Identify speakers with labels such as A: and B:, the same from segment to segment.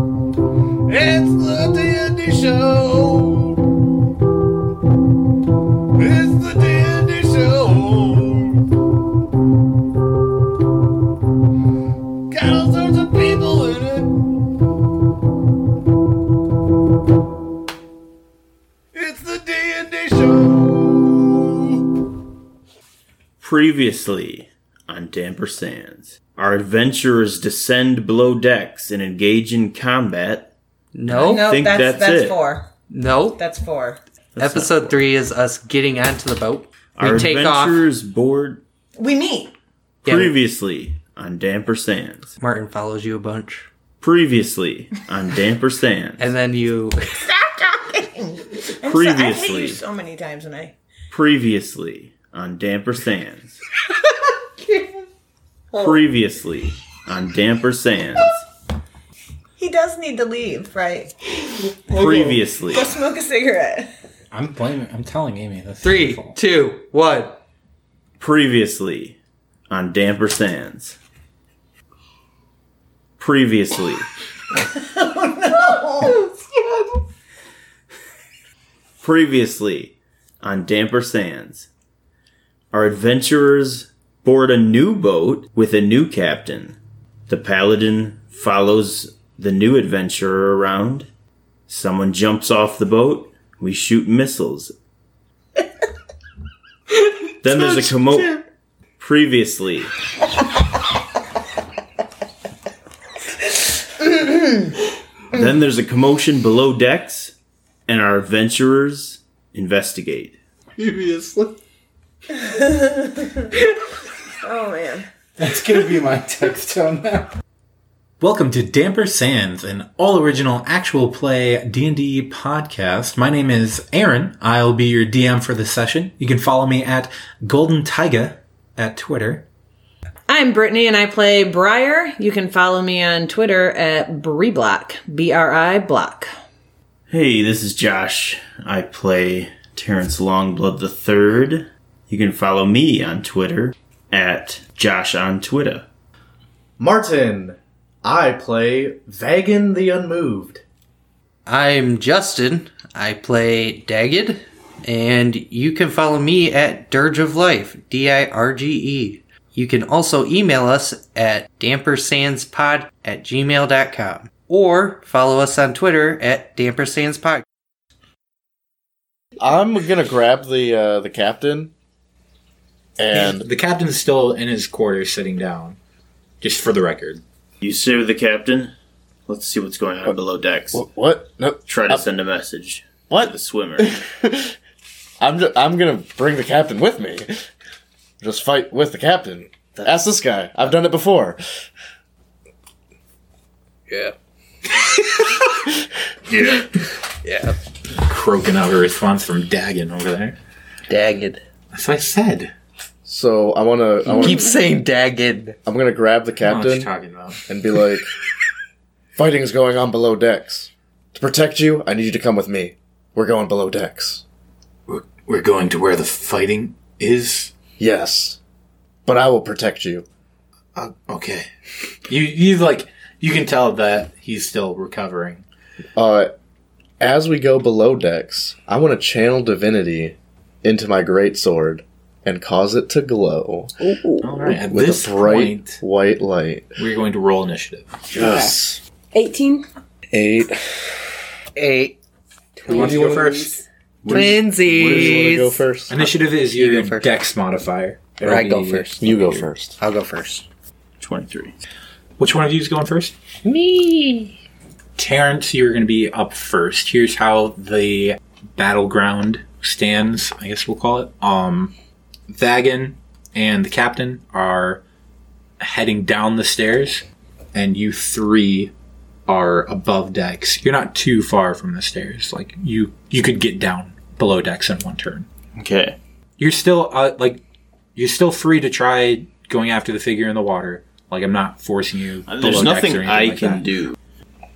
A: It's the D&D show. It's the D&D show. Got all sorts of people in it. It's the D&D show.
B: Previously on Damper Sands, our adventurers descend below decks and engage in combat.
C: No,
D: No,
B: think
D: that's
B: that's
D: that's,
B: it.
D: four.
C: no.
D: That's four.
B: That's not
C: Episode
B: four.
C: three is us getting onto the boat. We
B: our
C: take off.
B: adventurers board
D: We meet.
C: Yeah.
B: previously on Damper Sands.
C: Martin follows you a bunch,
B: Previously on Damper Sands.
C: and then you.
D: Stop talking. I'm so- I hit
B: Previously.
D: you so many times, and I
B: previously on Damper Sands. previously on Damper Sands.
D: he does need to leave, right?
B: Previously.
D: Go smoke a cigarette.
E: I'm blaming. I'm telling Amy this. is her
C: Three,
E: fault.
C: two, one.
B: Previously on Damper Sands. Previously. Previously on Damper Sands. Our adventurers board a new boat with a new captain. The paladin follows the new adventurer around. Someone jumps off the boat. We shoot missiles. then there's a commotion. Previously. then there's a commotion below decks, and our adventurers investigate.
D: Oh man.
E: That's gonna be my text tone now. Welcome to Damper Sands, an all-original actual play D&D podcast. My name is Aaron. I'll be your DM for this session. You can follow me at Golden Taiga at Twitter.
D: I'm Brittany, and I play Briar. You can follow me on Twitter at Briblock. B R I Block.
B: Hey, this is Josh. I play Terrence Longblood the Third. You can follow me on Twitter at Josh on Twitter.
F: Martin, I play Vagan the Unmoved.
C: I'm Justin. I play Dagged, and you can follow me at Dirge of Life, D I R G E. You can also email us at dampersandspod at gmail.com or follow us on Twitter at dampersandspod.
F: I'm gonna grab the uh, the captain, and
G: the captain's still in his quarters sitting down, just for the record.
B: You sit with the captain. Let's see what's going on below decks.
F: Wh- what? No,
B: Try to
F: I'm-
B: send a message to the
F: what?
B: swimmer.
F: I'm ju- I'm gonna bring the captain with me. Just fight with the captain. Ask this guy. I've done it before.
G: Yeah.
B: yeah.
G: Yeah. Croaking out a response from Dagon over there.
C: Dagged.
G: That's what I said.
F: So I wanna. I wanna
C: Keep saying Dagged.
F: I'm gonna grab the
G: I don't know what you're
F: captain
G: talking about.
F: and be like, "Fighting's going on below decks. To protect you, I need you to come with me. We're going below decks."
G: We're, we're going to where the fighting is.
F: Yes, but I will protect you.
G: Uh, okay. You you like you can tell that he's still recovering.
F: Uh, as we go below decks, I want to channel divinity into my greatsword and cause it to glow
G: All right. At
F: with
G: this
F: a bright
G: point,
F: white light.
G: we're going to roll initiative.
F: Yes.
H: 18.
F: Eight.
C: Eight.
G: Who wants to go first?
F: Where do you want to
C: Twinsies.
F: go first?
G: Initiative is
C: You
G: your
C: go first.
G: dex modifier.
C: Or I go
G: It'll be-
C: first.
F: You go first.
C: I'll go first.
B: 23.
G: Which one of you is going first?
C: Me.
G: Terrence, you're going to be up first. Here's how the battleground stands, I guess we'll call it. Um, Vagan and the captain are heading down the stairs, and you three are above decks. You're not too far from the stairs. Like you, you could get down below decks in one turn.
B: Okay.
G: You're still uh, like, you're still free to try going after the figure in the water. Like I'm not forcing you.
B: There's
G: below decks or
B: nothing
G: anything
B: I
G: like
B: can
G: that.
B: do.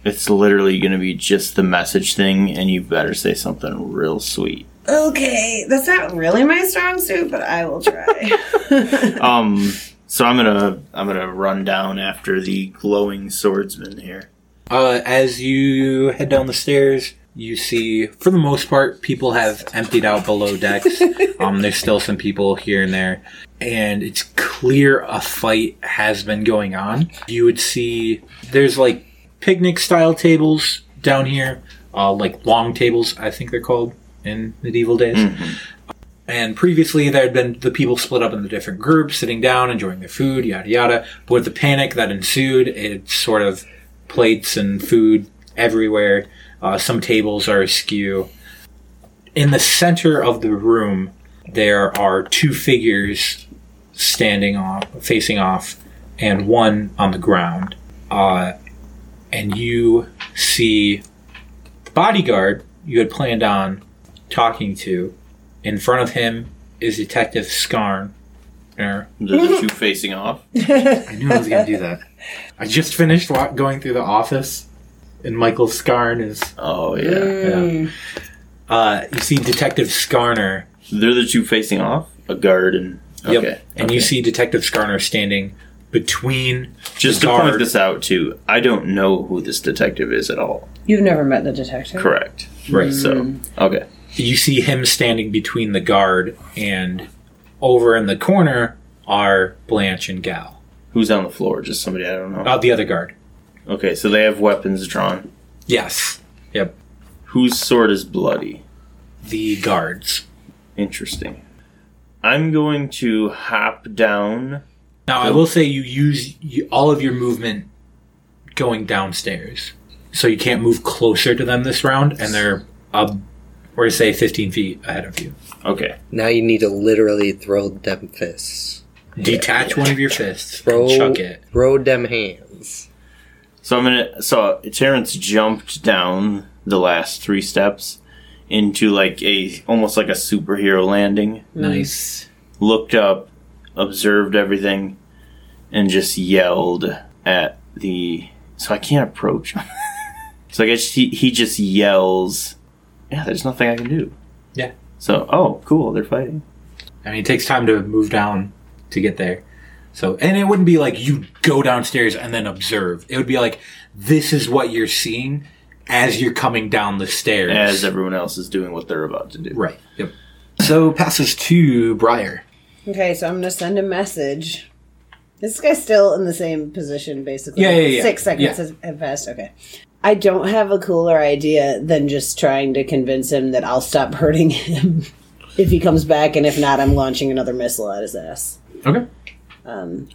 B: It's literally going to be just the message thing, and you better say something real sweet.
D: Okay, that's not really my strong suit, but I will try.
B: Um, So I'm gonna I'm gonna run down after the glowing swordsman here.
G: Uh, as you head down the stairs, you see, for the most part, people have emptied out below decks. um, there's still some people here and there, and it's clear a fight has been going on. You would see there's like picnic style tables down here, uh, like long tables, I think they're called in medieval days. And previously, there had been the people split up into different groups, sitting down, enjoying their food, yada yada. But with the panic that ensued, it sort of plates and food everywhere. Uh, some tables are askew. In the center of the room, there are two figures standing off, facing off, and one on the ground. Uh, and you see the bodyguard you had planned on talking to. In front of him is Detective Skarn. Er,
B: The two facing off.
G: I knew I was going to do that. I just finished wa- going through the office, and Michael Skarn is.
B: Oh yeah,
G: Yeah. Uh, you see Detective Skarner,
B: they're the two facing off. A guard and okay.
G: Yep. and you
B: Okay.
G: see Detective Skarner standing between.
B: Just
G: the
B: to point
G: guard-
B: this out too, I don't know who this detective is at all.
H: You've never met the detective.
B: Correct.
G: Right.
B: Hmm. So okay.
G: You see him standing between the guard, and over in the corner are Blanche and Gal.
B: Who's on the floor? Just somebody I don't know.
G: Uh, the other guard.
B: Okay, so they have weapons drawn.
G: Yes. Yep.
B: Whose sword is bloody?
G: The guards.
B: Interesting. I'm going to hop down.
G: Now, I will say you use you, all of your movement going downstairs. So you can't move closer to them this round, and they're, uh, or say, 15 feet ahead of you.
B: Okay.
C: Now you need to literally throw them fists.
G: Detach one of your fists
C: Throw,
G: and chuck it.
C: throw them hands.
B: So I'm gonna. So Terrence jumped down the last three steps into like a almost like a superhero landing.
D: Nice.
B: Looked up, observed everything, and just yelled at the. So I can't approach him. so I guess he he just yells. Yeah, there's nothing I can do.
G: Yeah.
B: So oh, cool, they're fighting.
G: I mean, it takes time to move down to get there. So, and it wouldn't be like you go downstairs and then observe. It would be like this is what you're seeing as you're coming down the stairs.
B: As everyone else is doing what they're about to do.
G: right. Yep. So passes to Briar.
H: Okay, so I'm gonna send a message. This guy's still in the same position, basically.
G: Yeah, yeah, yeah.
H: Six seconds
G: Yeah.
H: has have passed. Okay. I don't have a cooler idea than just trying to convince him that I'll stop hurting him if he comes back, and if not, I'm launching another missile at his ass.
G: Okay.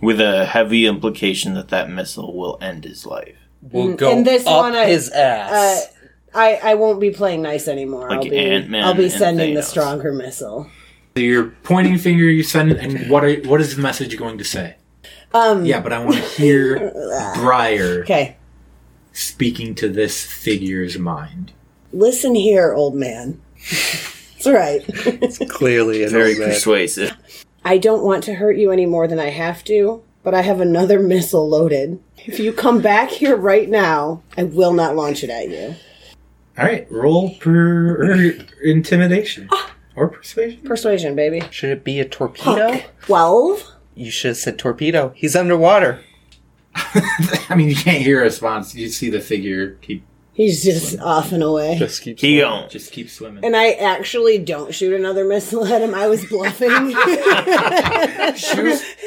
B: With a heavy implication that that missile will end his life.
C: We'll go
H: and this
C: up
H: one I-
C: his
H: Uh,
C: ass.
H: I, I won't be playing nice anymore.
B: Like
H: I'll be
B: Ant-Man
H: I'll be
B: and
H: sending the
B: Thanos.
H: stronger missile.
G: So your pointing finger, you send it, and what are what is the message going to say? Um. Yeah, but I want to hear Briar
H: Okay.
G: speaking to this figure's mind.
H: Listen here, old man. That's right.
C: Clearly, an
B: Very
C: old man.
B: persuasive.
H: I don't want to hurt you any more than I have to, but I have another missile loaded. If you come back here right now, I will not launch it at you.
G: All right, roll per intimidation
H: Ah.
G: or persuasion.
H: Persuasion, baby.
C: Should it be a torpedo?
H: 12?
C: You should have said torpedo. He's underwater.
G: I mean, you can't hear a response. You see the figure keep
H: He's just off and away.
F: Just keep
B: He gone.
G: just keep swimming.
H: And I actually don't shoot another missile at him. I was bluffing.
F: a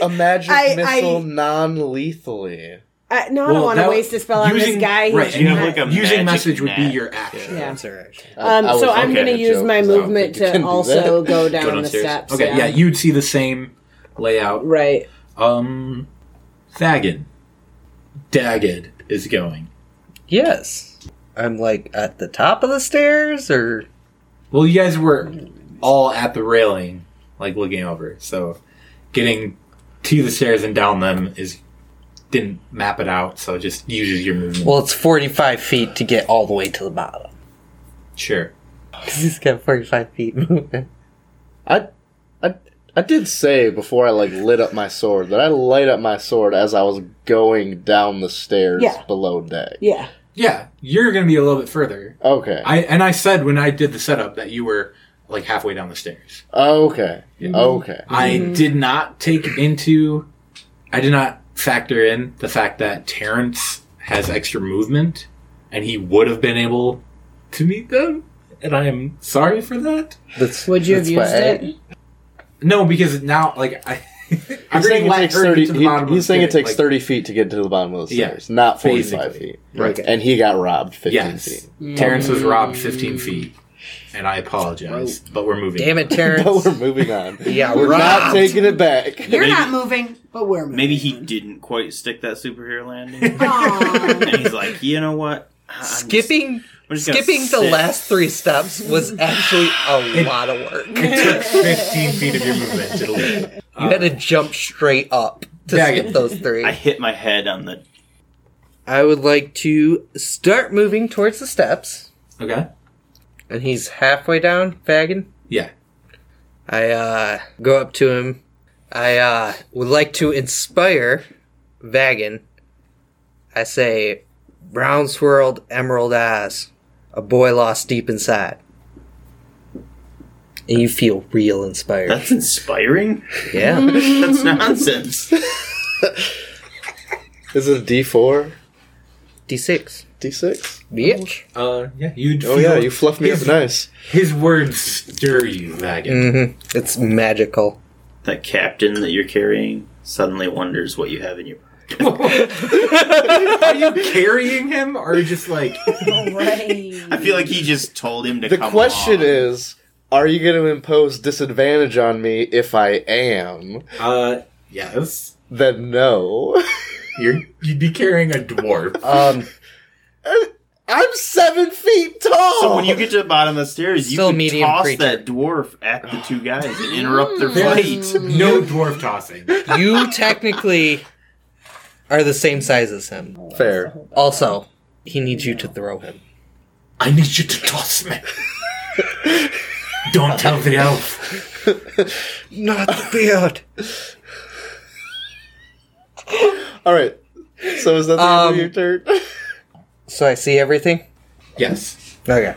F: magic
H: I-
F: missile
H: I-
F: non-lethally.
H: I, no, I don't want to waste a spell on this guy. He's
G: Right, you know,
H: not-
B: like a magic
G: using message would be
B: net.
G: your action.
H: yeah.
C: right.
H: Um, so I'm
B: okay,
H: going to
B: the
H: use my movement
F: you can
H: to
F: do
H: also
F: that.
H: go
G: Go
H: down the
G: downstairs.
H: steps.
G: okay, yeah. you'd see the same layout.
H: right.
G: Um, Thagged, Dagged is going.
C: Yes. I'm like at the top of the stairs, or
G: Well, you guys were all at the railing, like looking over. So getting to the stairs and down them is didn't map it out. So it just uses your movement.
C: well, it's 45 feet to get all the way to the bottom.
G: sure.
C: Because he's got 45 feet movement.
F: I, I, I did say before I like lit up my sword that I light up my sword as I was going down the stairs
H: Yeah.
F: below deck.
H: Yeah.
G: Yeah, you're gonna be a little bit further.
F: Okay.
G: I and I said when I did the setup that you were like halfway down the stairs.
F: okay. Okay.
G: I did not take into I did not factor in the fact that Terrence has extra movement, and he would have been able to meet them. And I am sorry for that.
F: That's,
H: Would you have
F: that's why
H: used
F: I-
H: it?
G: No, because now, like, I. I'm
F: He's saying, it takes 30,
G: to the
F: he-
G: bottom of
F: he's saying
G: the
F: it takes
G: like,
F: 30 feet to get to the bottom of the
G: Yeah,
F: stairs, not 45
G: basically.
F: feet.
G: Right.
F: And he got robbed 15
G: Yes.
F: feet.
G: Terrence was robbed 15 feet, and I apologize, but we're moving.
C: Damn it, Terrence.
F: But we're moving on.
C: Yeah,
F: we're not
C: robbed.
F: taking it back.
H: You're
B: Maybe-
H: not moving, but we're moving.
B: Maybe he didn't quite stick that superhero landing.
H: Aw.
B: and he's like, you know what? I'm just-
C: Skipping
B: I'm just gonna
C: skipping the
B: sit."
C: last three steps was actually a lot of work.
G: took 15 feet of your movement to the left.
C: You had to jump straight up to
G: Dag
C: skip
G: it.
C: those three.
B: I
C: I,
B: hit my head on the.
C: would like to start moving towards the steps.
G: Okay.
C: And he's halfway down, fagging.
G: Yeah.
C: I uh, go up to him. I uh, would like to inspire Vagan. I say, Brown swirled emerald eyes, a boy lost deep inside. And you feel real inspired.
B: That's inspiring.
C: yeah.
B: That's nonsense.
F: Is it a D4?
C: D6.
F: D6?
C: Bitch.
G: Uh, yeah. You.
F: Oh, yeah, you fluffed me up
G: his,
F: nice.
G: His words stir you, Vagan.
C: Mm-hmm. It's magical.
B: that captain that you're carrying suddenly wonders what you have in your.
F: Mm.
G: Are you carrying him, or just like?
B: I feel like he just told him to.
F: The
B: come
F: question
B: along.
F: is are you going to impose disadvantage on me if I am?
G: Uh, yes.
F: Then no.
G: You're. You'd be carrying a dwarf.
C: Um,
F: I'm seven feet tall.
B: So when you get to the bottom of the stairs, you
C: Still
B: can
C: medium
B: toss
C: creature.
B: that dwarf at the two guys and interrupt their
G: There's
B: fight.
G: no dwarf tossing.
C: you technically are the same size as him.
F: fair,
C: Also, he needs you to throw him.
G: I need you to toss me. Don't tell the elf.
C: Not the beard.
F: all right. So is that the
C: Um,
F: end of your turn?
C: So I see everything?
G: Yes.
C: Okay.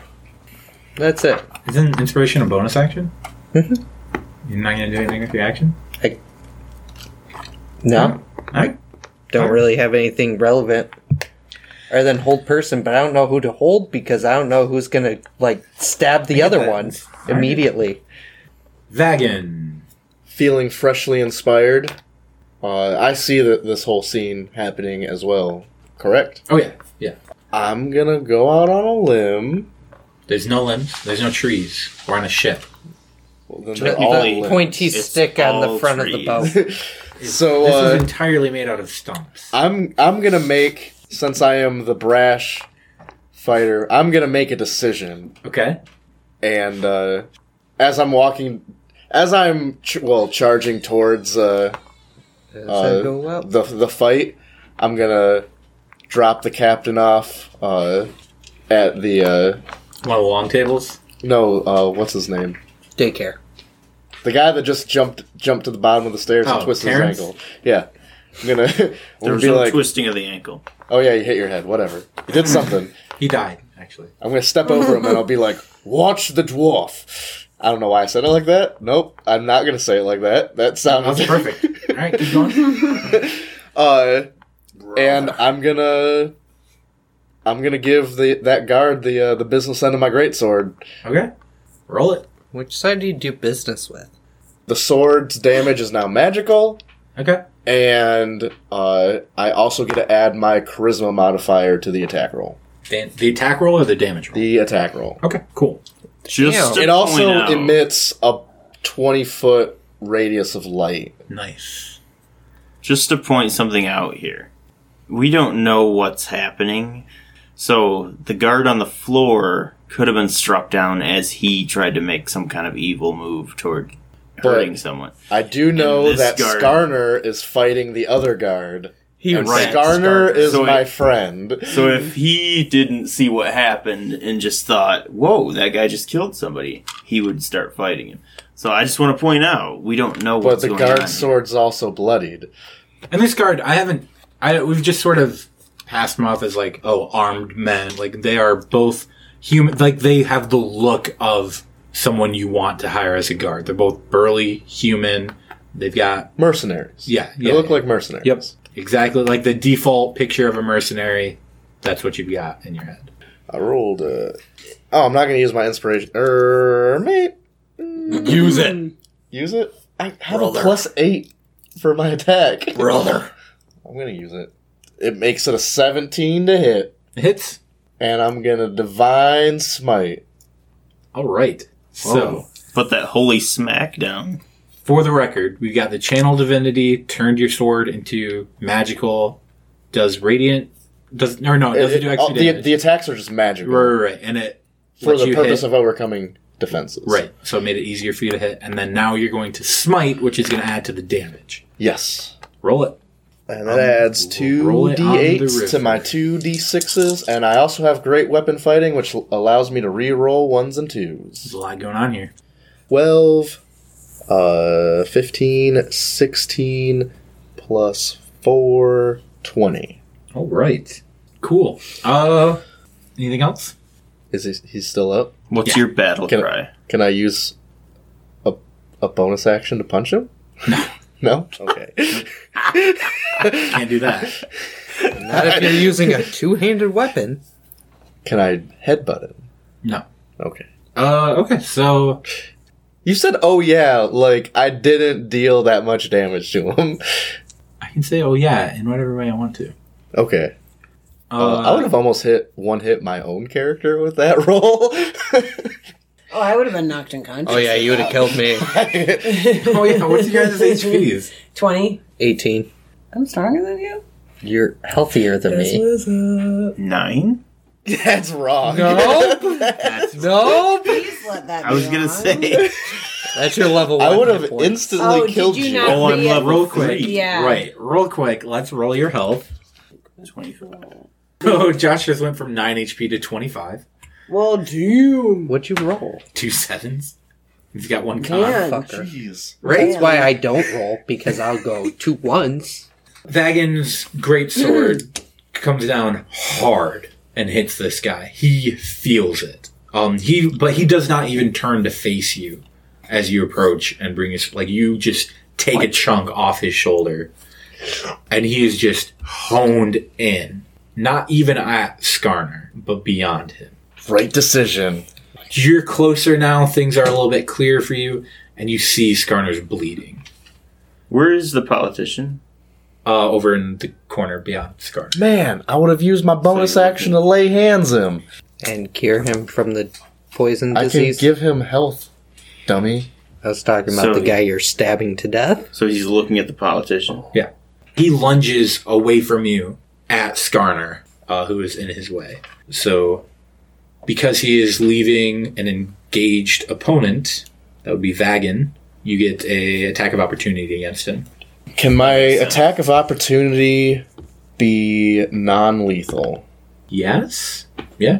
C: That's it.
G: Isn't inspiration a bonus action? You're not gonna do anything with your action.
C: No,
G: All right.
C: don't really have anything relevant. Other than hold person, but I don't know who to hold because I don't know who's gonna like stab the other
G: that.
C: one immediately.
G: Vagan.
F: Feeling freshly inspired. Uh, I see that this whole scene happening as well. Correct.
G: Oh yeah. Yeah.
F: I'm gonna go out on a limb.
G: There's no limbs. There's no trees. We're on a ship.
F: Well, then
C: The
F: they're all
B: the
F: limbs.
C: pointy
B: It's
C: stick on the
B: all
C: front
B: trees.
C: of the boat.
F: So
G: This
F: uh,
G: is entirely made out of stumps.
F: I'm I'm gonna make since I am the brash fighter. I'm gonna make a decision,
G: Okay.
F: and uh, as I'm walking, as I'm ch- well charging towards. Uh,
C: As
F: Uh,
C: I go up.
F: the the fight. I'm gonna drop the captain off uh, at the uh,
G: One of the long tables.
F: no. Uh, what's his name?
C: Daycare.
F: The guy that just jumped jumped to the bottom of the stairs and
G: Oh,
F: twisted
G: Terrence?
F: his ankle. Yeah, I'm gonna. I'm
B: There
F: gonna
B: was
F: be
B: no
F: like,
B: twisting of the ankle.
F: oh yeah, you hit your head. Whatever. You did something.
G: He died, actually.
F: I'm gonna step over him and I'll be like, watch the dwarf. I don't know why I said it like that. Nope, I'm not gonna say it like that. That sounds
G: Oh, That's perfect. All right, keep going.
F: Uh, and I'm gonna, I'm gonna give the that guard the uh, the business end of my greatsword.
G: Okay. Roll it.
C: Which side do you do business with?
F: The sword's damage is now magical,
G: Okay.
F: and uh, I also get to add my charisma modifier to the attack roll.
G: Dan- the attack roll or the damage roll?
F: The attack roll.
G: okay, cool.
B: Just to
F: It also
B: point out,
F: emits a twenty foot radius of light.
G: Nice.
B: just to point something out here. We don't know what's happening, so the guard on the floor could have been struck down as he tried to make some kind of evil move toward hurting
F: But-
B: someone.
F: I do know
B: this
F: that
B: guard-
F: Scarner is fighting the other guard.
C: He
F: And
B: Right.
F: Scarner is
B: So it-
F: my friend.
B: So if he didn't see what happened and just thought, "Whoa, that guy just killed somebody," he would start fighting him. So I just want to point out we don't know
F: But
B: what's
F: the
B: going on.
F: guard's sword's also bloodied.
G: And this guard, I haven't. I we've just sort of passed him off as like, oh, armed men. Like they are both human. Like they have the look of someone you want to hire as a guard. They're both burly, human. They've got
F: Mercenaries.
G: yeah,
F: They
G: yeah,
F: look
G: yeah.
F: like mercenaries.
G: Yep. Exactly like the default picture of a mercenary. That's what you've got in your head.
F: I rolled a. Oh, I'm not going to use my inspiration. Er, mate.
E: Use it,
F: Use it? I have
E: Brother.
F: a plus eight for my attack.
E: brother.
F: I'm going to use it. It makes it a 17 to hit.
G: Hits.
F: And I'm going to divine smite.
G: All right. So
B: Whoa. Put that holy smack down.
G: for the record, we've got the channel divinity turned your sword into magical. Does radiant? Does or no? Does it,
F: It-
G: do
F: it-
G: extra
F: all- the,
G: damage?
F: the attacks are just magical
G: right, right, right. and it
F: for
G: lets
F: the
G: you
F: purpose
G: hit-
F: of overcoming defenses.
G: right. So it made it easier for you to hit, and then now you're going to smite, which is going to add to the damage.
F: Yes.
G: Roll it.
F: And that adds two
G: roll it on the
F: d8s to
G: river.
F: my two d6s, and I also have great weapon fighting, which l- allows me to re-roll ones and
G: There's
F: twos.
G: a lot going on here.
F: 12, uh, 15, 16, plus 4, 20.
G: All right. Cool. Uh, anything else?
F: Is he, he's still up?
B: What's
G: Yeah.
B: your battle
F: Can I-
B: cry?
F: Can I use a, a bonus action to punch him? No. No? Okay.
G: Can't do that.
C: Not if you're using a two-handed weapon.
F: Can I headbutt him?
G: No.
F: Okay.
G: Uh, okay. So
F: You said, oh yeah, like I didn't deal that much damage to him.
G: I can say, oh yeah, in whatever way I want to.
F: okay.
G: Uh,
F: I would have almost hit one hit my own character with that roll.
H: Oh, I would have been knocked unconscious.
C: Oh yeah, you would have killed me.
G: oh yeah, what's your guys' HPs?
H: 20.
C: Eighteen.
H: I'm stronger than you.
C: You're healthier than me.
H: What's up?
B: Nine?
F: That's wrong.
C: Nope.
H: Please let that
B: I was
H: be
B: gonna
H: on.
B: say.
C: That's your level one.
F: I would have
C: hit point.
F: instantly
D: Oh, did
F: killed
D: you
F: you.
D: not-
B: Oh, I'm
D: Yeah.
B: level
G: Roll quick.
B: three.
D: Yeah.
G: Right. Roll quick. Let's roll your health.
B: 25.
G: Oh, Josh just went from nine HP to twenty-five.
H: Well, damn.
C: What'd you roll?
G: Two sevens. He's got one con.
H: Man.
C: Fucker.
F: Jeez.
C: That's why I don't roll because I'll go two ones.
G: Vagan's great sword comes down hard and hits this guy. He feels it. Um, he but he does not even turn to face you as you approach and bring his like you just take a chunk off his shoulder, and he is just honed in. Not even at Skarner, but beyond him.
F: Right decision.
G: You're closer now. Things are a little bit clearer for you, and you see Skarner's bleeding
B: Where is the politician?
G: uh, over in the corner beyond Skarner.
F: Man, I would have used my bonus
B: So you're
F: action to lay hands him.
C: and cure him from the poison
F: I can
C: disease. I,
F: give him health, dummy.
C: was talking about
B: So-
C: the guy you're stabbing to death.
B: So he's looking at the politician.
G: he lunges away from you at Skarner, uh, who is in his way. So, because he is leaving an engaged opponent, that would be Vagan, you get a attack of opportunity against him.
F: Can my attack of opportunity be non-lethal?
G: Yes. Yeah.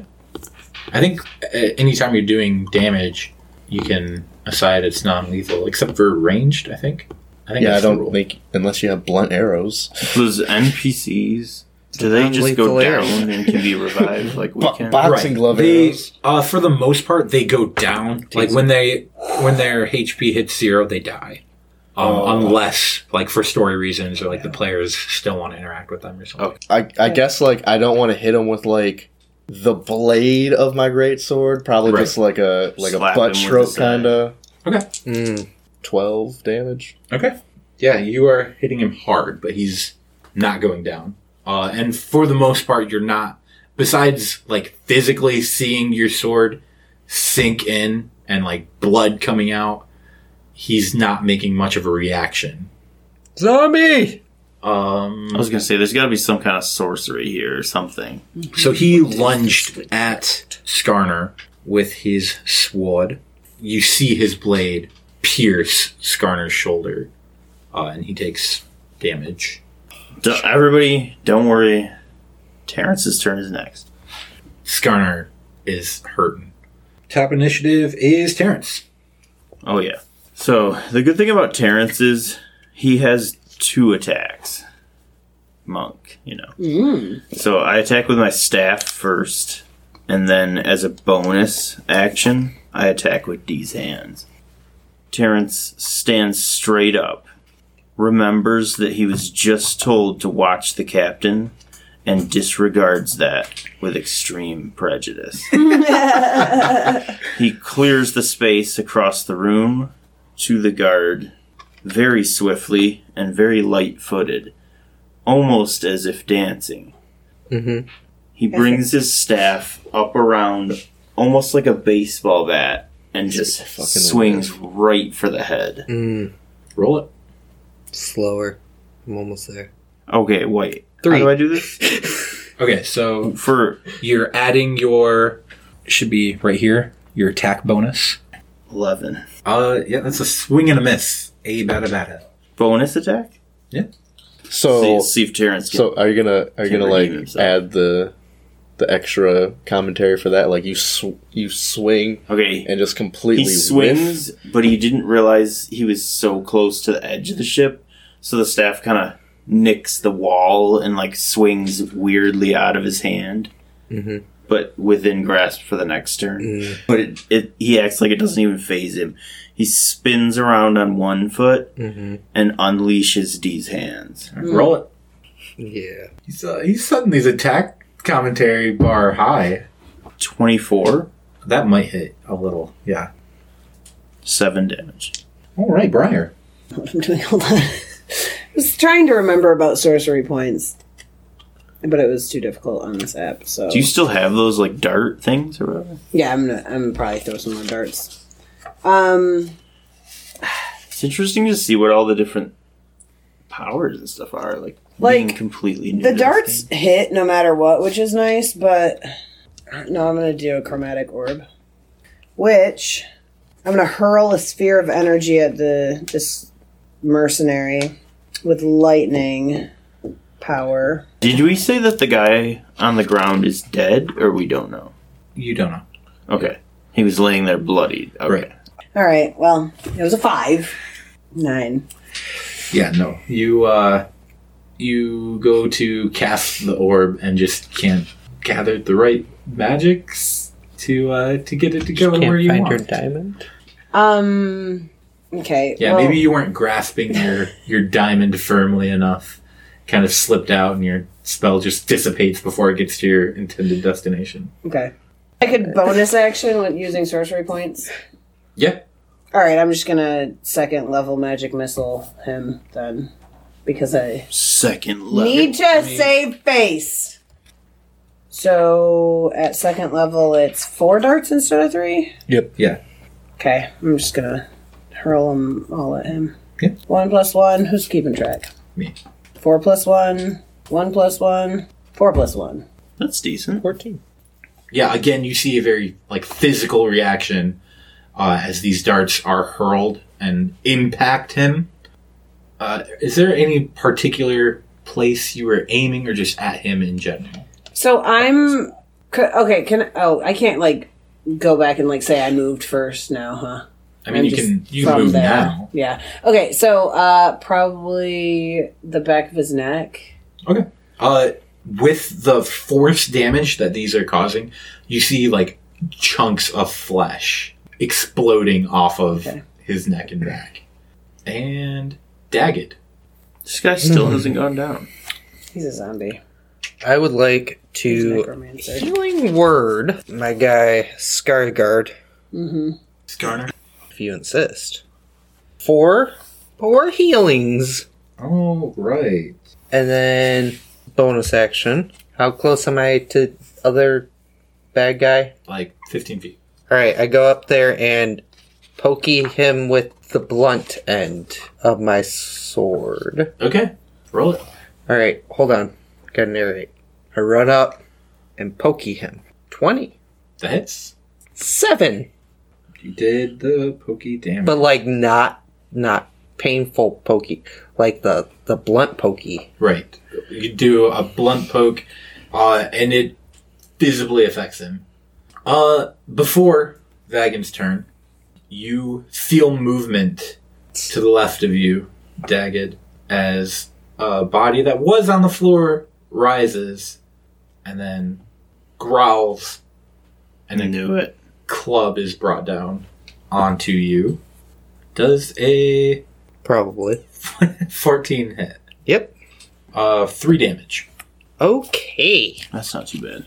G: I think a- anytime you're doing damage, you can aside it's non-lethal, except for ranged. I think. I think
F: Yeah, I
G: that's the
F: don't
G: rule.
F: think unless you have blunt arrows.
B: Those NPCs, do they just go
C: non-lethal arrow.
B: down and can be revived like we
F: Bo-
B: can?
F: boxing
G: Right.
F: glove
G: They,
F: arrows.
G: uh, for the most part, they go down. Like when they when their HP hits zero, they die. Um, Unless, like for story reasons, or like the players still want to interact with them or something.
B: Okay.
F: I, I guess like I don't want to hit him with like the blade of my great sword. Probably
G: Right.
F: just like a like
B: Slap
F: a
B: him
F: butt
B: with
F: stroke
B: the side.
F: kind of
C: Mm.
F: twelve damage.
G: Okay. Yeah, you are hitting him hard, but he's not going down. Uh, and for the most part, you're not. Besides, like physically seeing your sword sink in and like blood coming out, he's not making much of a reaction.
C: Zombie!
G: Um,
B: I was gonna say there's got to be some kind of sorcery here or something.
G: So he lunged at Skarner with his sword. You see his blade pierce Skarner's shoulder, uh, and he takes damage.
B: Do- everybody, don't worry. Terrence's turn is next.
G: Skarner is hurting. Top initiative is Terrence.
B: Oh yeah. So the good thing about Terrence is he has two attacks. Monk, you know. So I attack with my staff first, and then as a bonus action, I attack with these hands. Terrence stands straight up remembers that he was just told to watch the captain and disregards that with extreme prejudice. he clears the space across the room to the guard very swiftly and very light footed, almost as if dancing.
C: Mhm.
B: He brings his staff up around almost like a baseball bat and just
F: Fucking
B: swings right for the head.
C: Mm,
G: Roll it.
C: slower. I'm almost there.
B: Okay, wait.
C: Three.
B: How do I do this?
G: Okay, so
B: For
G: you're adding your should be right here your attack bonus.
B: 11.
E: Uh, yeah, that's a swing and a miss. A bada bada.
B: Bonus attack?
F: So,
B: see, see if Terrence can.
F: so are you gonna are you
B: Can
F: gonna
B: redeem
F: like
B: himself.
F: add the the extra commentary for that? Like you sw- you swing
B: okay,
F: and just completely
B: he
F: whiff?
B: swings, but he didn't realize he was so close to the edge of the ship, so the staff kind of nicks the wall and like swings weirdly out of his hand.
C: Mhm.
B: But within grasp for the next turn.
C: Mm.
B: But it, it, he acts like it doesn't even phase him. He spins around on one foot
C: hmm
B: and unleashes D's hands.
E: Roll it.
C: Yeah.
E: He's, uh, he's setting these attack commentary bar high.
B: 24,
E: That might hit a little. Yeah.
B: 7 damage.
E: All right, Briar.
H: what I'm doing. Hold on. I was trying to remember about sorcery points, but it was too difficult on this app. So
B: Do you still have those like dart things or whatever?
H: yeah, I'm gonna I'm gonna probably throw some more darts. Um,
B: It's interesting to see what all the different powers and stuff are like.
H: Like,
B: being completely new
H: the
B: to this
H: darts
B: game.
H: hit no matter what, which is nice. But no, I'm gonna do a chromatic orb, which I'm gonna hurl a sphere of energy at the this mercenary with lightning power.
B: Did we say that the guy on the ground is dead, or we don't know?
G: You don't know.
B: Okay, he was laying there bloodied. Okay.
G: Right.
H: All right. Well, it was a five, nine.
G: Yeah, no. You uh you go to cast the orb and just can't gather the right magics to uh to get it to go where
C: Can't
G: you
C: find her
G: want.
C: diamond.
H: Um. Okay.
G: Yeah,
H: well,
G: maybe you weren't grasping your your diamond firmly enough. Kind of slipped out and your spell just dissipates before it gets to your intended destination.
H: Okay. I could bonus action with using sorcery points.
G: Yeah.
H: All right. I'm just gonna second level magic missile him then, because I
B: Second level.
H: need to save face. So at second level, it's four darts instead of three.
G: Yep. Yeah.
H: Okay. I'm just gonna hurl them all at him.
G: Yeah.
H: One plus one. Who's keeping track?
G: Me.
H: Four plus one. One plus one. Four plus one.
B: That's decent.
C: 14.
G: yeah, again, you see a very like physical reaction uh, as these darts are hurled and impact him. Uh, is there any particular place you were aiming, or just at him in general?
H: So I'm c- okay. Can oh I can't like go back and like say I moved first now, huh?
G: I mean,
H: I'm
G: you
H: Uh, just
G: can you
H: from
G: can move
H: there.
G: now.
H: Yeah. Okay. So uh probably the back of his neck.
G: Uh, with the force damage that these are causing, you see like chunks of flesh exploding off of
H: Okay.
G: his neck and back. And Daggett.
B: This guy still hasn't gone down.
H: He's a zombie.
C: I would like
H: He's a
C: to
H: necromancer.
C: healing word my guy Skyguard,
H: Mm-hmm.
G: Skarner.
C: if you insist. Four, four healings,
G: All right.
C: and then bonus action. How close am I to other bad guy?
G: Like 15 feet.
C: All right, I go up there and pokey him with the blunt end of my sword.
G: Okay. Roll it.
C: All right, hold on. Got an narrate. I run up and pokey him. Twenty
G: That hits.
C: seven,
G: You did the pokey damage.
C: but like not not painful pokey, like the the blunt pokey.
G: right. You do a blunt poke, uh, and it visibly affects him. Uh, before Vagan's turn, you feel movement to the left of you, Dagged, as a body that was on the floor rises and then growls, and
B: I
G: then
B: knew it.
G: club is brought down onto you. Does a
C: Probably
G: 14 hit.
C: Yep.
G: Uh, 3 damage.
C: Okay.
B: That's not too bad.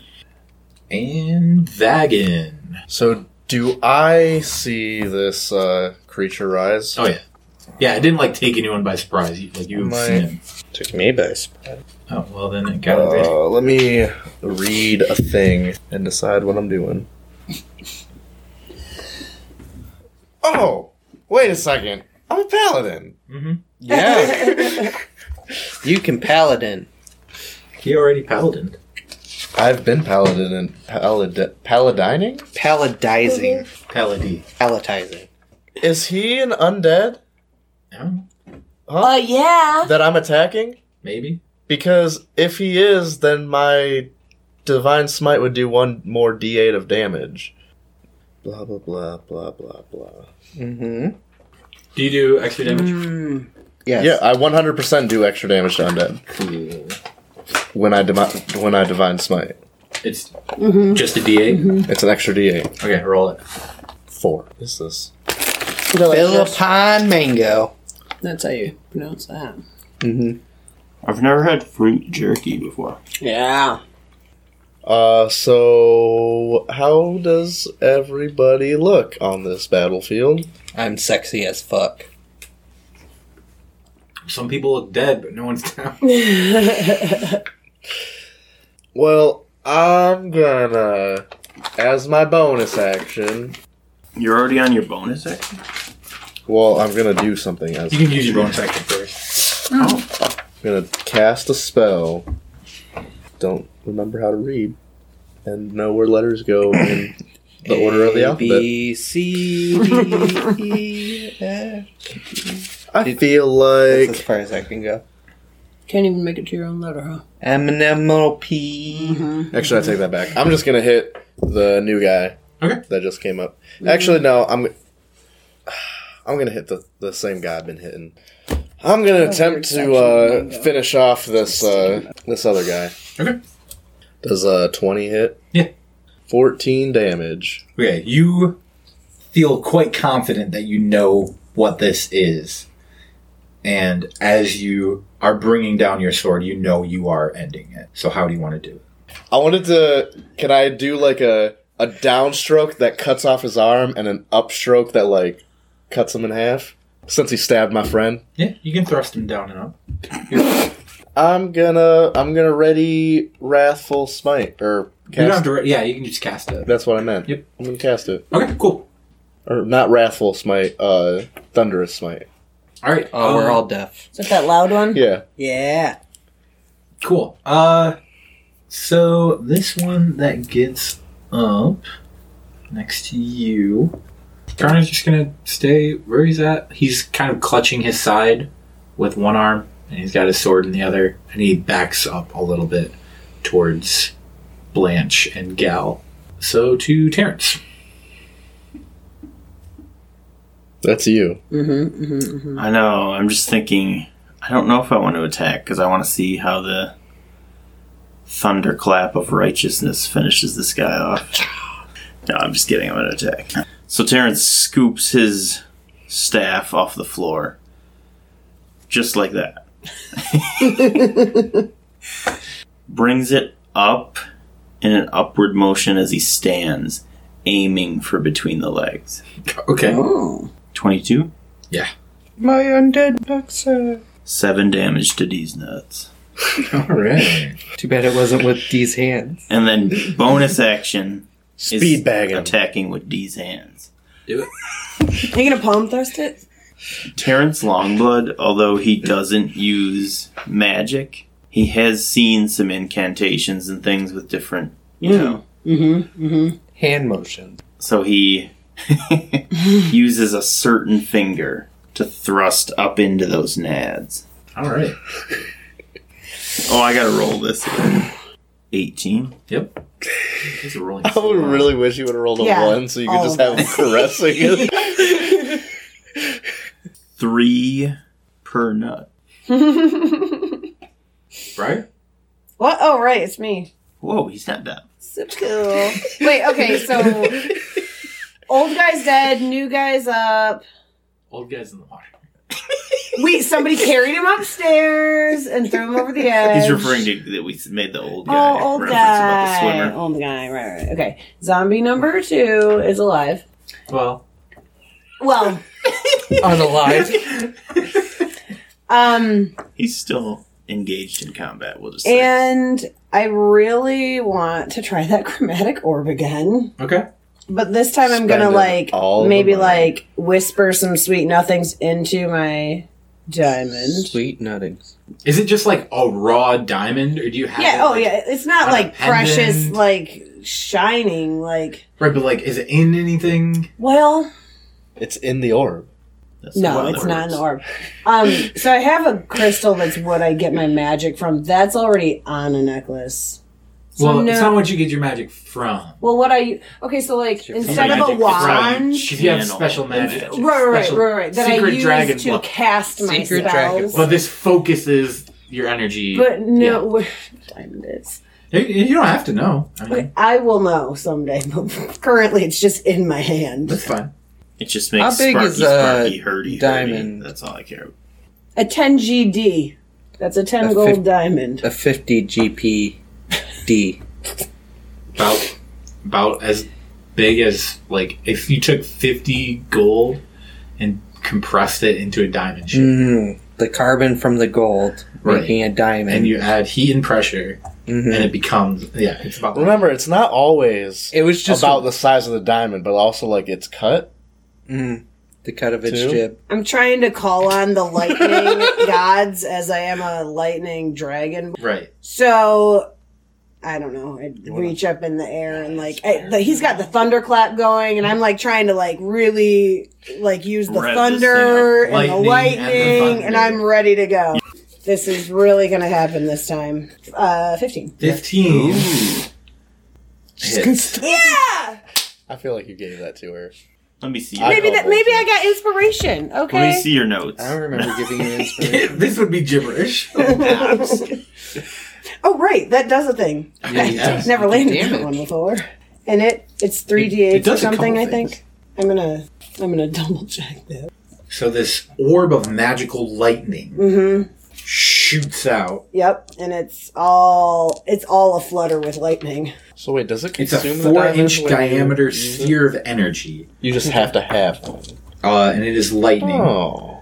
G: And Vagin.
F: So do I see this uh, creature rise?
G: Oh, yeah. Yeah, it didn't, like, take anyone by surprise. You- Like, you've
F: My-
G: seen him.
C: Took me by surprise.
G: Oh, well, then it got it.
F: Uh, let me read a thing and decide what I'm doing. Oh, wait a second. I'm a paladin.
C: Yeah. you can paladin.
G: He already paladined.
F: I've been paladin and palad- paladining.
C: Paladizing.
G: Mm-hmm. Paladin.
C: Palatizing.
F: Is he an undead
G: No?
I: Uh, yeah.
F: that I'm attacking?
G: Maybe?
F: Because if he is, then my divine smite would do one more d8 of damage. Blah blah blah blah blah blah.
C: Mm-hmm.
G: Do you do extra damage?
C: Yes.
F: Yeah, I 100% do extra damage to undead Mm-hmm. when I demi- when I divine smite.
G: It's
H: Mm-hmm.
G: just a D8?
F: It's an extra d8.
G: Okay, roll it.
F: Four. What is this?
C: Philippine mango.
B: That's how you pronounce that.
C: Mm-hmm.
B: I've never had fruit jerky before.
H: Yeah.
F: Uh, so how does everybody look on this battlefield?
C: I'm sexy as fuck.
G: Some people look dead, but no one's down.
F: Well, I'm gonna, as my bonus action.
B: You're already on your bonus action?
F: Well, I'm gonna do something as
G: You can use your bonus action first.
F: gonna cast a spell. Don't remember how to read, and know where letters go in the order of the
C: A,
F: alphabet.
C: B, C, D, E, F.
F: I
C: Did-
F: feel
C: That's as
F: like
C: far as I can go.
B: Can't even make it to your own letter, huh?
C: M and M O P.
F: actually I take that back. I'm just gonna hit the new guy
G: Okay.
F: that just came up. Actually, no, I'm I'm gonna hit the the same guy I've been hitting. I'm gonna attempt to uh, finish off this uh, this other guy.
G: Okay.
F: Does uh twenty hit?
G: Yeah.
F: Fourteen damage.
G: Okay, you feel quite confident that you know what this is. And as you are bringing down your sword, you know you are ending it. So how do you want to do it?
F: I wanted to. Can I do like a a downstroke that cuts off his arm and an upstroke that like cuts him in half? Since he stabbed my friend,
G: Yeah, you can thrust him down and up.
F: I'm gonna I'm gonna ready wrathful smite or
G: You don't have
F: cast.
G: to, yeah, you can just cast it.
F: That's what I meant.
G: Yep.
F: I'm gonna cast it
G: Okay, cool.
F: or not wrathful smite. Uh, thunderous smite.
G: All right.
C: Oh, we're
G: uh,
C: all deaf.
H: Is that that loud one?
F: Yeah.
H: Yeah.
G: Cool. Uh, so this one that gets up next to you, Garner's just gonna stay where he's at. He's kind of clutching his side with one arm, and he's got his sword in the other, and he backs up a little bit towards Blanche and Gal. So to Terrence,
F: That's you.
H: Mm-hmm,
B: I know. I'm just thinking. I don't know if I want to attack because I want to see how the thunderclap of righteousness finishes this guy off. No, I'm just kidding. I'm going to attack. So Terrence scoops his staff off the floor, just like that. Brings it up in an upward motion as he stands, aiming for between the legs.
G: okay,
F: Oh,
B: 22.
C: My undead boxer.
B: Seven damage to these nuts.
G: all right.
C: Too bad it wasn't with these hands.
B: And then bonus action is
F: Speed bagging.
B: attacking with these hands.
G: Do it.
H: Are you gonna palm thrust it?
B: Terrence Longblood, although he doesn't use magic, he has seen some incantations and things with different,
G: Mm.
B: you know.
G: Mm-hmm,
C: Hand motions.
B: So he uses a certain finger to thrust up into those nads.
G: All right.
B: Oh, I gotta roll this. 18.
G: Yep. He's rolling.
F: I would really wish you would have rolled a
H: Yeah.
F: one so you could
H: Oh.
F: just have him caressing it.
B: Three per nut.
G: Right.
H: What? Oh, right, it's me.
B: Whoa, he's not done.
H: So cool. Wait, okay, so old guy's dead, new guy's up.
G: Old guys in the water.
H: we somebody carried him upstairs and threw him over the edge.
B: He's referring to that we made the old guy
H: Oh, old
B: reference about the
H: guy.
B: swimmer.
H: Old guy, right, right. Okay. Zombie number two is alive.
G: Well,
H: Well,
G: unalive.
H: um,
J: He's still engaged in combat. We'll just say.
H: and I really want to try that chromatic orb again.
G: Okay.
H: But this time I'm gonna
F: Spend it
H: like
F: all the
H: maybe
F: money.
H: like whisper some sweet nothings into my diamond.
C: Sweet nothings.
G: Is it just like a raw diamond, or do you have?
H: Yeah,
G: it,
H: oh
G: like-
H: yeah. It's not
G: on a
H: like precious,
G: pendant?
H: like shining, like
G: Right, but like, is it in anything?
H: well,
F: It's in the orb.
H: no, it's not an orb. Um, so I have a crystal that's what I get my magic from. That's already on a necklace. So
G: well,
H: no-
G: it's not what you get your magic from.
H: Well, what I okay, so like instead of a
G: Magic
H: wand,
G: from- If you have special magic,
H: right, right, right,
G: special
H: right, right, that I
G: secret
H: use
G: dragon
H: to
G: blood.
H: cast my
C: Secret dragon
H: spells.
G: But this focuses your energy.
H: But no, we're diamond is.
G: You, you don't have to know. I mean,
H: I will know someday. But currently, it's just in my hand.
G: that's fine.
J: It just
C: How
J: makes
C: big
J: Sparky,
C: is a
J: Sparky, hurdy,
C: diamond?
J: Hurdy. That's all I care about.
H: A 10 GD. That's a 10
C: A
H: gold
C: fif-
H: diamond.
C: A 50 GPD.
G: About about as big as like if you took fifty gold and compressed it into a diamond shape,
C: Mm, the carbon from the gold,
G: Right.
C: making a diamond.
G: and you add heat and pressure,
C: Mhm.
G: and it becomes yeah, it's about
F: Remember, it's not always
C: it was just
F: about
C: a-
F: the size of the diamond, but also like its cut.
C: mm, the cut of its
F: Two?
C: jib.
H: I'm trying to call on the lightning gods as I am a lightning dragon.
G: right.
H: So, I don't know. I reach up in the air and like, I, the, he's got the thunderclap going, and I'm like trying to like really like use the
J: Rev this
H: thunder and
G: Lightning
H: the
G: and the
H: lightning,
G: thunder.
H: and I'm ready to go. This is really gonna happen this time. Uh, 15.
G: Fifteen. Hits.
H: Yeah!
F: I feel like you gave that to her.
J: Let me see. Your,
F: I
H: Maybe
F: call
H: that. Maybe I
F: bullshit.
H: got inspiration. Okay.
J: Let me see your notes.
C: I don't remember giving you inspiration.
G: this would be gibberish.
H: Oh right, that does a thing.
G: yes.
H: Never landed
C: Damn
H: that
C: it.
H: one before. And it it's three
G: It-
H: D
G: it
H: eight or
G: does a couple
H: something, I think.
G: things.
H: I'm gonna I'm gonna double check that.
G: So this orb of magical lightning
H: Mm-hmm.
G: shoots out.
H: Yep. And it's all it's all aflutter with lightning.
F: So wait, does it
G: It's a
F: consume the diamond
G: four-inch
F: when you
G: diameter
F: use it?
G: sphere of energy,
F: You just have to have one.
G: uh, and it is lightning.
F: Oh,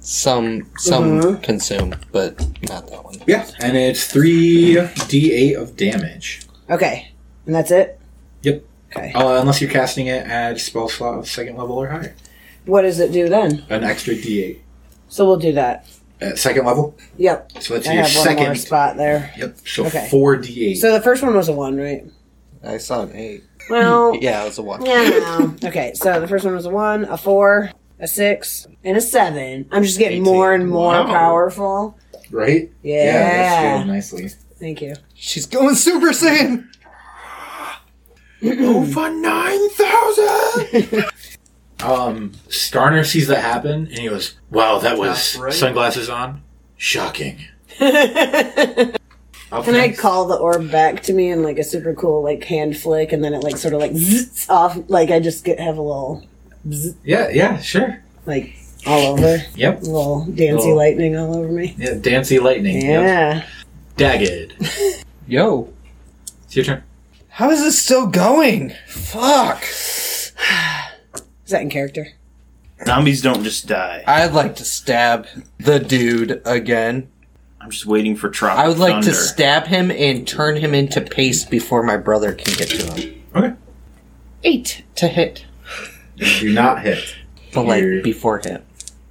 C: some some
H: Mhm.
C: consume, but not that one.
G: Yeah, and it's three d8 of damage.
H: Okay. And that's it?
G: Yep.
H: Okay.
G: Uh, unless you're casting it at spell slot of second level or higher,
H: What does it do then?
G: an extra d8
H: So we'll do that.
G: at second level.
H: Yep.
G: So that's
H: I
G: your
H: have one more
G: second.
H: spot there.
G: Yep. So
H: Okay.
G: four d8.
H: So the first one was a one, right?
C: I saw an eight.
G: Hmm.
H: Well
C: Yeah, it was a one.
H: Oh. Yeah. no. okay, so the first one was a one, a four, a six, and a seven. I'm just getting more and more
G: Wow.
H: powerful.
G: right?
H: Yeah.
G: that's good. Nicely.
H: Thank you.
C: She's going Super Saiyan.
G: Over nine thousand. um, Starner sees that happen and he goes, "Wow, that was
C: That's right.
G: sunglasses on. Shocking." Up
H: Can I
G: next-
H: call the orb back to me in like a super cool like hand flick, and then it like sort of like zits off? Like I just get have a little
G: Yeah, yeah, sure.
H: like all over,
G: Yep.
H: a little dancy
G: Cool.
H: lightning all over me.
G: Yeah, Dancy lightning. Yep.
H: Yeah.
G: Dagged.
C: Yo,
G: It's your turn.
C: how is this still going? Fuck.
H: Is that in character?
J: Zombies don't just die.
C: I'd like to stab the dude again.
J: I'm just waiting for tropic
C: I would like
J: thunder.
C: to stab him and turn him into paste before my brother can get to him.
G: Okay.
C: Eight to hit,
G: You do not hit.
C: but like
G: Here.
C: before him.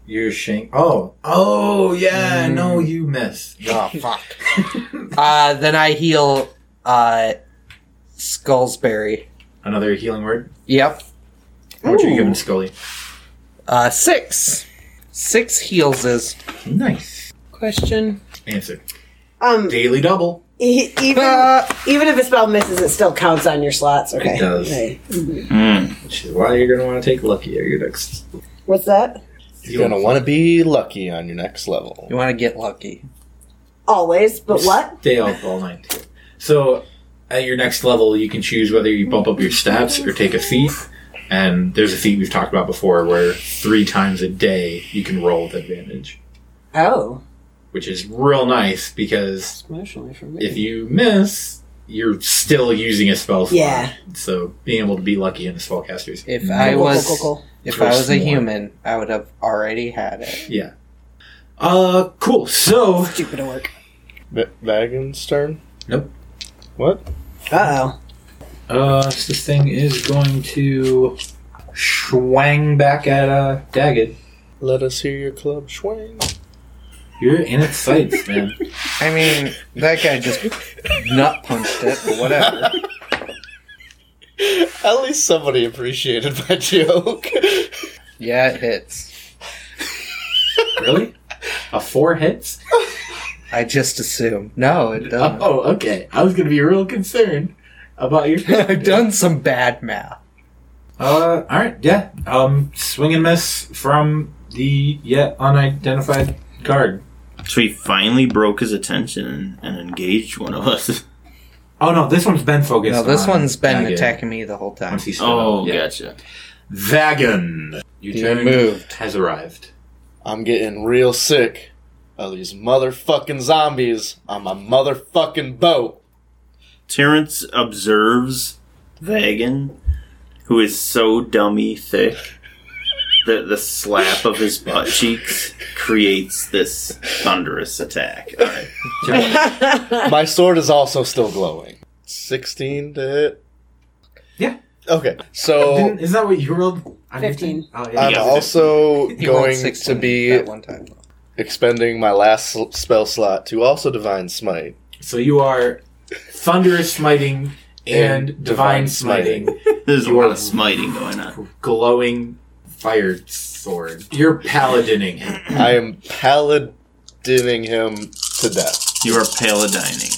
G: You're shank. Oh, oh yeah. No, you miss.
C: Oh fuck. uh, then I heal. Uh, Skullsberry.
G: Another healing word.
C: Yep.
G: What would you give him, Scully?
C: Uh, six. Six heals is.
G: Nice
H: Question.
G: answer.
H: Um,
G: Daily double.
H: e- even even if a spell misses, it still counts on your slots. Okay.
G: does.
H: Okay.
J: Mm.
G: Which is why you're gonna want to take lucky at your next.
H: What's that?
F: you're gonna want to be lucky on your next level.
C: You want to get lucky.
H: Always, but what?
G: Stay up all night. So, at your next level, you can choose whether you bump up your stats or take a feat. And there's a feat we've talked about before where three times a day you can roll with advantage.
H: Oh.
G: which is real nice because if you miss, you're still using a spell slot.
C: Yeah.
G: So being able to be lucky in the spellcasters.
C: If I was if I was a
G: More.
C: human, I would have already had it.
G: Yeah. Uh, cool. So
H: stupid work.
F: Vagan's turn.
G: Nope.
F: What?
H: Uh oh.
G: Uh, so this thing is going to schwang back at uh, Daggett.
F: Let us hear your club schwang.
G: You're in its sights, man.
C: I mean, that guy just nut punched it, but whatever.
F: At least somebody appreciated my joke.
C: Yeah, it hits.
G: really? A four hits?
C: I just assume. No, it doesn't.
G: Oh, okay. I was gonna be real concerned about your.
C: I've done some bad math.
G: Uh, all right, yeah. Um, swing and miss from the yet unidentified guard.
B: So he finally broke his attention and, and engaged one of us.
G: Oh no, this one's been focused.
C: No, this
G: on
C: one's been
G: Vagan.
C: attacking me the whole time.
G: Once he's stood
B: Oh,
G: up, yeah.
B: gotcha.
G: Vagan, your
F: You
G: turn
F: moved.
G: has arrived.
F: I'm getting real sick of these motherfucking zombies on my motherfucking boat.
B: Terrence observes Vagan, who is so dummy thick that the slap of his butt cheeks creates this thunderous attack. All right.
F: my sword is also still glowing. 16 to hit.
G: Yeah.
F: Okay. So
G: Didn't- is that what you rolled? I'm
H: 15.
G: Oh,
C: Uh,
G: yeah.
F: I'm
G: yeah.
F: also
C: He rolled
F: going
C: 16
F: to be
C: that one time.
F: expending my last sl- spell slot to also divine smite.
G: So you are thunderous smiting and, divine, smiting,
B: There's a lot of smiting going on.
G: glowing fire sword. You're paladining him.
F: I am paladining him to death.
B: You are paladining.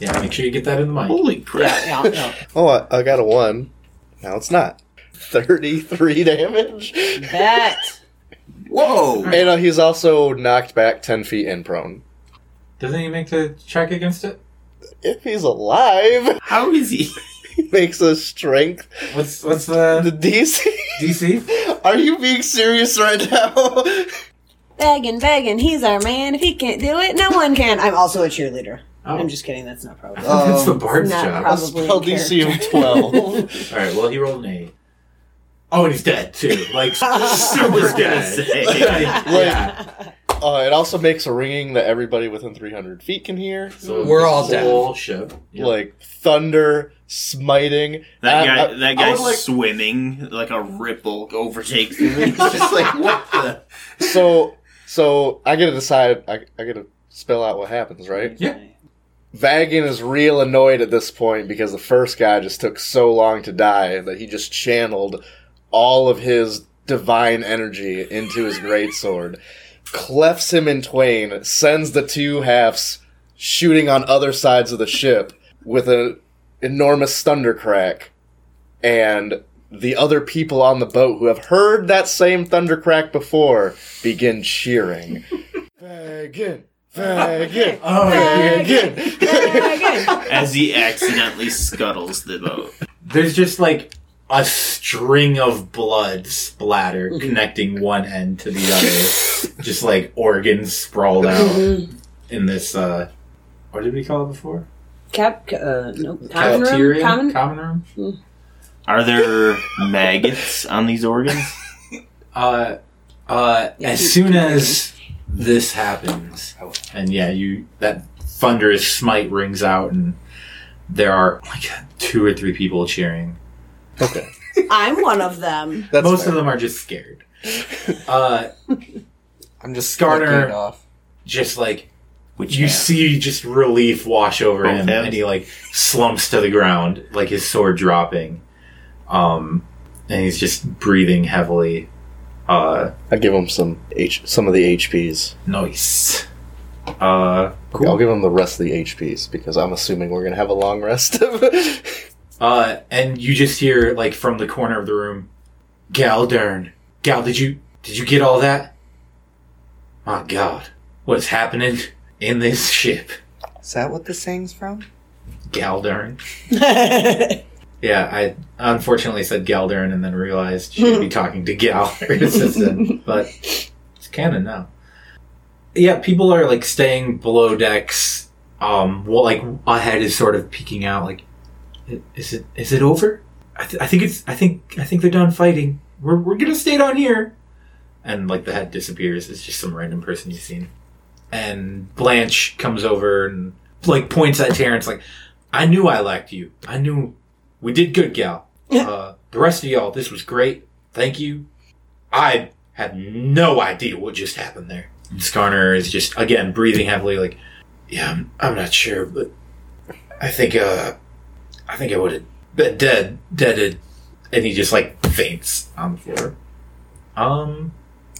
G: Yeah, make sure you get that in the mind.
B: Holy crap.
H: Yeah, yeah.
F: Oh, I, I got a one. Now it's not. 33 damage.
D: Bet.
B: Whoa!
F: And uh, he's also knocked back 10 feet and prone.
G: Doesn't he make the check against it?
F: If he's alive,
B: How is he?
F: he makes a strength.
G: What's what's the
F: The DC.
G: DC?
F: Are you being serious right now?
H: Begging, begging, he's our man. If he can't do it, no one can. I'm also a cheerleader.
G: Oh.
H: I'm just kidding. That's not probably.
B: um,
G: That's the bard's
H: not
G: job.
H: prob- Probably
F: Spell DC of 12.
G: All right. Well, he rolled an eight. Oh, and he's dead too. Like super dead.
B: Say.
G: yeah.
F: uh, it also makes a ringing that everybody within 300 feet can hear.
G: So
C: We're
G: this
C: all dead.
G: whole ship. Yeah.
F: Like thunder, smiting.
G: Uh,
F: Uh,
B: That
F: I-
B: guy,
F: I-
B: that
F: I
B: guy
F: would like-
B: swimming like a ripple overtakes him. He's just like, what the?
F: so, so I gotta decide. I, I gotta spell out what happens, right?
G: Yeah.
F: Vagan is real annoyed at this point because the first guy just took so long to die that he just channeled all of his divine energy into his greatsword, clefts him in twain, sends the two halves shooting on other sides of the ship with an enormous thunder crack, and the other people on the boat who have heard that same thunder crack before begin cheering. Vagan! Vagan!
G: Oh,
F: Vagan!
B: As he accidentally scuttles the boat.
G: There's just like a string of blood splatter connecting one end to the other. just like organs sprawled
H: Mm-hmm.
G: out in this uh what did we call it before?
D: Cap. Uh, no. Common room.
G: Cafeteria?
D: Common.
G: Common room?
B: Are there maggots on these organs?
G: Uh uh as soon as this happens and yeah, you that thunderous smite rings out and there are like two or three people cheering.
H: I'm one of them.
F: That's
G: Most
F: fair.
G: of them are just scared. uh
C: I'm just
G: Garner-
C: Garner off.
G: just like
B: Which
G: you
B: half?
G: see just relief wash over
B: Both
G: him
B: hands?
G: and he like slumps to the ground like his sword dropping um and he's just breathing heavily uh
F: I give him some H, some of the HPs.
G: nice uh
F: I'll
G: cool
F: give him the rest of the HPs because I'm assuming we're gonna have a long rest.
G: uh and you just hear like from the corner of the room galdern gal did you did you get all that my god what's happening in this ship
C: Is that what this thing's from?
G: Galdern. yeah, I unfortunately said Galdern and then realized she'd be talking to Gal, her assistant, but it's canon now. yeah, people are like staying below decks. Um, well, like a head is sort of peeking out. Like, i- is it is it over? I, th- I think it's. I think I think they're done fighting. We're we're gonna stay down here. And like the head disappears. It's just some random person you've seen. And Blanche comes over and like points at Terrence. Like, I knew I liked you. I knew we did good, gal. Uh, the rest of y'all, this was great. Thank you. I have no idea what just happened there. And Skarner is just again breathing heavily, like, yeah, I'm, I'm not sure, but I think, uh, I think I would have been dead, deaded, and he just like faints on the floor. Um,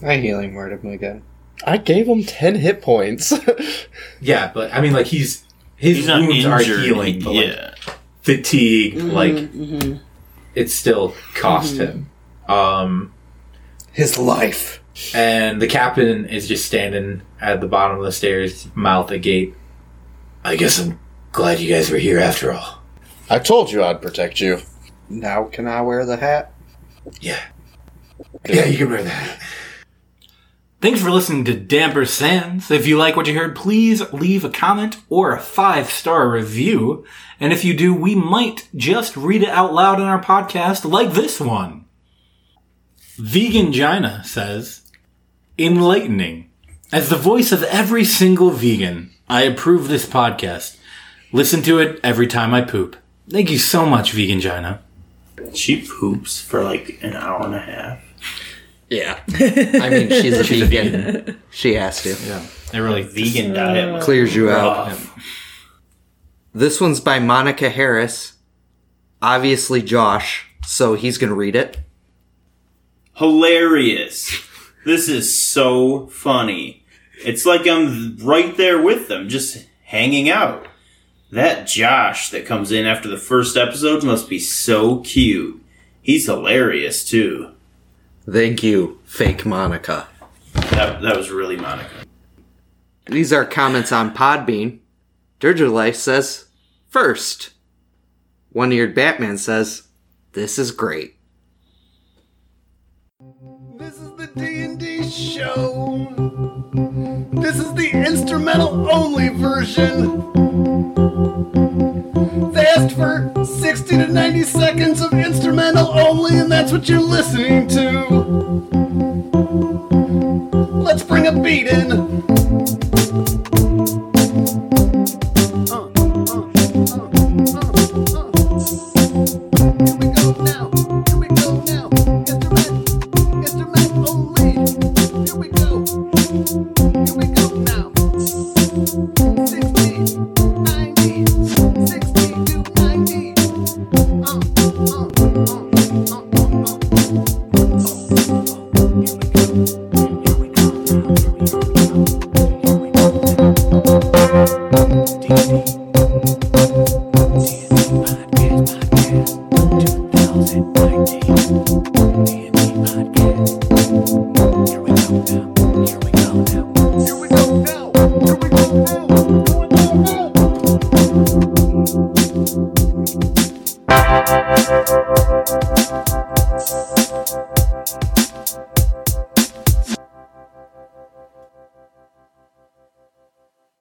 F: I healing word of my gun. I gave him ten hit points.
G: yeah, but I mean, like he's his
F: He's not
G: wounds
F: injured,
G: are healing, but
F: yeah.
G: like fatigue, like
H: Mhm.
G: it still cost
F: Mhm.
G: him um
F: his life
G: and the captain is just standing at the bottom of the stairs mouth agape i guess i'm glad you guys were here after all
F: I told you I'd protect you. Now can I wear the hat?
G: Yeah. Yeah, you can wear that. Thanks for listening to Damper Sands. If you like what you heard, please leave a comment or a five star review. And if you do, we might just read it out loud on our podcast like this one. Vegan Gina says, Enlightening. As the voice of every single vegan, I approve this podcast. Listen to it every time I poop. Thank you so much, Vegan Gina.
C: She poops for like an hour and a half.
K: Yeah. I mean, she's a vegan. She has to.
G: Yeah. It really
C: vegan diet was
K: clears
B: Uh,
K: you out.
C: rough.
K: This one's by Monica Harris. Obviously, Josh, so he's going to read it.
B: Hilarious. This is so funny. It's like I'm right there with them, just hanging out. That Josh that comes in after the first episode must be so cute. He's hilarious too.
K: Thank you, fake Monica.
B: That, that was really Monica.
K: These are comments on Podbean. Dirger Life says, first. One eared Batman says, this is great.
A: D&D show. This is the instrumental only version. They asked for 60 to 90 seconds of instrumental only, and that's what you're listening to. Let's bring a beat in. Uh,